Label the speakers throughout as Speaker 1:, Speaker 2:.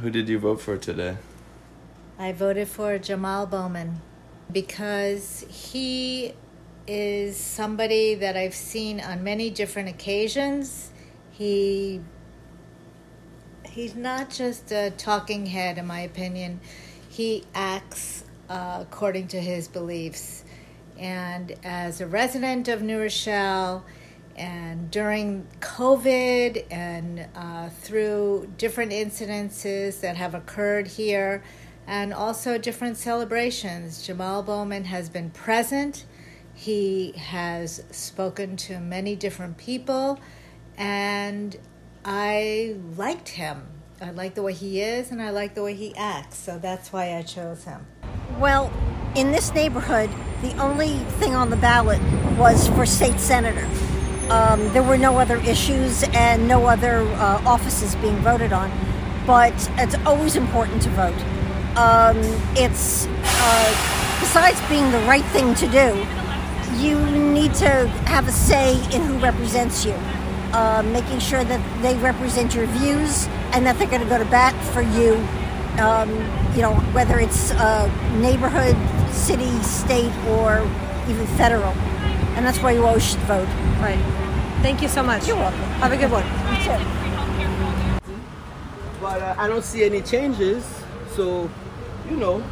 Speaker 1: Who did you vote for today?
Speaker 2: I voted for Jamal Bowman because he is somebody that I've seen on many different occasions. He he's not just a talking head, in my opinion. He acts uh, according to his beliefs, and as a resident of New Rochelle. And during COVID and uh, through different incidences that have occurred here, and also different celebrations. Jamal Bowman has been present. He has spoken to many different people, and I liked him. I like the way he is, and I like the way he acts, so that's why I chose him.
Speaker 3: Well, in this neighborhood, the only thing on the ballot was for state senator. Um, there were no other issues and no other uh, offices being voted on, but it's always important to vote um, it's uh, besides being the right thing to do, you need to have a say in who represents you, uh, making sure that they represent your views and that they're going to go to bat for you. Um, you know, whether it's uh, neighborhood, city, state, or even federal, and that's why you always should vote.
Speaker 4: Right. Thank you so much.
Speaker 3: You're welcome.
Speaker 4: Have a good one.
Speaker 3: That's it.
Speaker 5: But uh, I don't see any changes, so you know,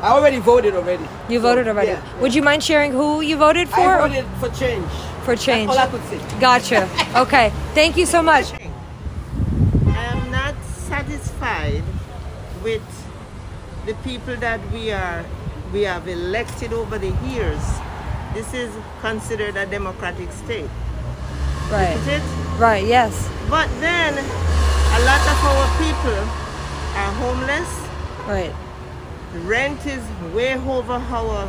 Speaker 5: I already voted already.
Speaker 4: You voted already.
Speaker 5: Yeah, yeah.
Speaker 4: Would you mind sharing who you voted for?
Speaker 5: I voted for change.
Speaker 4: For change.
Speaker 5: That's all I could say.
Speaker 4: Gotcha. okay. Thank you so much.
Speaker 6: I am not satisfied with the people that we are we have elected over the years. This is considered a democratic state, is
Speaker 4: Right.
Speaker 6: it?
Speaker 4: Right. Yes.
Speaker 6: But then a lot of our people are homeless.
Speaker 4: Right.
Speaker 6: Rent is way over our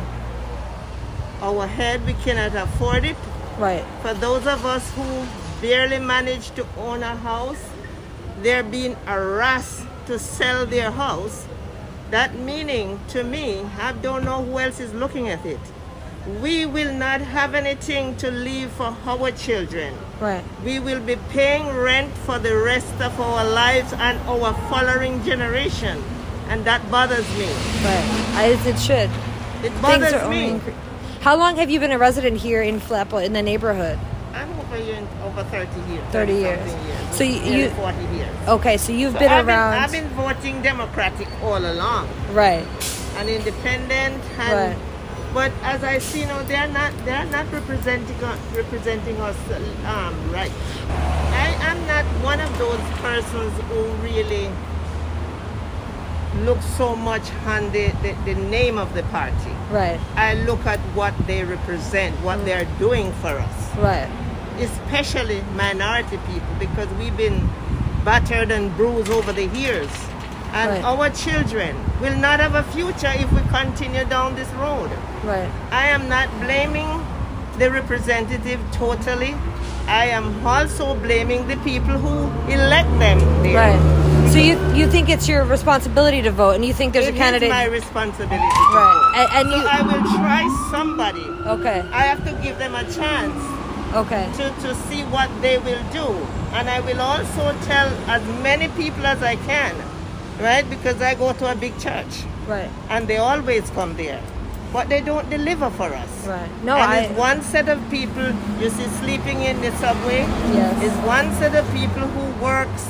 Speaker 6: our head. We cannot afford it.
Speaker 4: Right.
Speaker 6: For those of us who barely manage to own a house, they're being harassed to sell their house. That meaning to me, I don't know who else is looking at it. We will not have anything to leave for our children.
Speaker 4: Right.
Speaker 6: We will be paying rent for the rest of our lives and our following generation. And that bothers me.
Speaker 4: Right. As it should.
Speaker 6: It
Speaker 4: Things
Speaker 6: bothers
Speaker 4: are only.
Speaker 6: me.
Speaker 4: Incre- How long have you been a resident here in Flapple in the neighborhood?
Speaker 6: I'm over here in over 30 years.
Speaker 4: 30 years.
Speaker 6: 30-something years.
Speaker 4: So you-
Speaker 6: Nearly
Speaker 4: you-
Speaker 6: 40 years.
Speaker 4: Okay, so you've
Speaker 6: So
Speaker 4: been
Speaker 6: I've
Speaker 4: around.
Speaker 6: I've been voting Democratic all along,
Speaker 4: right.
Speaker 6: and independent, and
Speaker 4: Right.
Speaker 6: but as I see now, they are not they are not representing us- representing us um, right. I am not one of those persons who really look so much on the, the, the name of the party.
Speaker 4: Right.
Speaker 6: I look at what they represent, what
Speaker 4: Mm.
Speaker 6: they are doing for us
Speaker 4: Right.
Speaker 6: especially minority people, because we've been battered and bruised over the years. And
Speaker 4: Right.
Speaker 6: our children will not have a future if we continue down this road.
Speaker 4: Right.
Speaker 6: I am not blaming the representative totally. I am also blaming the people who elect them there.
Speaker 4: Right. So you you think it's your responsibility to vote, and you think there's
Speaker 6: It
Speaker 4: a
Speaker 6: is
Speaker 4: candidate.
Speaker 6: my responsibility.
Speaker 4: Right.
Speaker 6: To vote.
Speaker 4: And- and
Speaker 6: so
Speaker 4: you-
Speaker 6: I will try somebody.
Speaker 4: okay.
Speaker 6: I have to give them a chance.
Speaker 4: Okay.
Speaker 6: to, to see what they will do. And I will also tell as many people as I can, right? Because I go to a big church
Speaker 4: Right.
Speaker 6: and they always come there. But they don't deliver for us.
Speaker 4: Right. No,
Speaker 6: and
Speaker 4: I-
Speaker 6: it's one set of people you see sleeping in the subway.
Speaker 4: Yes.
Speaker 6: It's one set of people who works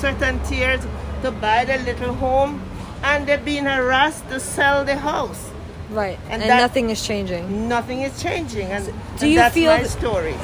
Speaker 6: certain tiers to buy their little home, and they're being harassed to sell the house.
Speaker 4: Right. And,
Speaker 6: that-
Speaker 4: nothing is changing.
Speaker 6: Nothing is changing, and,
Speaker 4: do
Speaker 6: and
Speaker 4: you
Speaker 6: that's
Speaker 4: feel
Speaker 6: my
Speaker 4: th-
Speaker 6: story.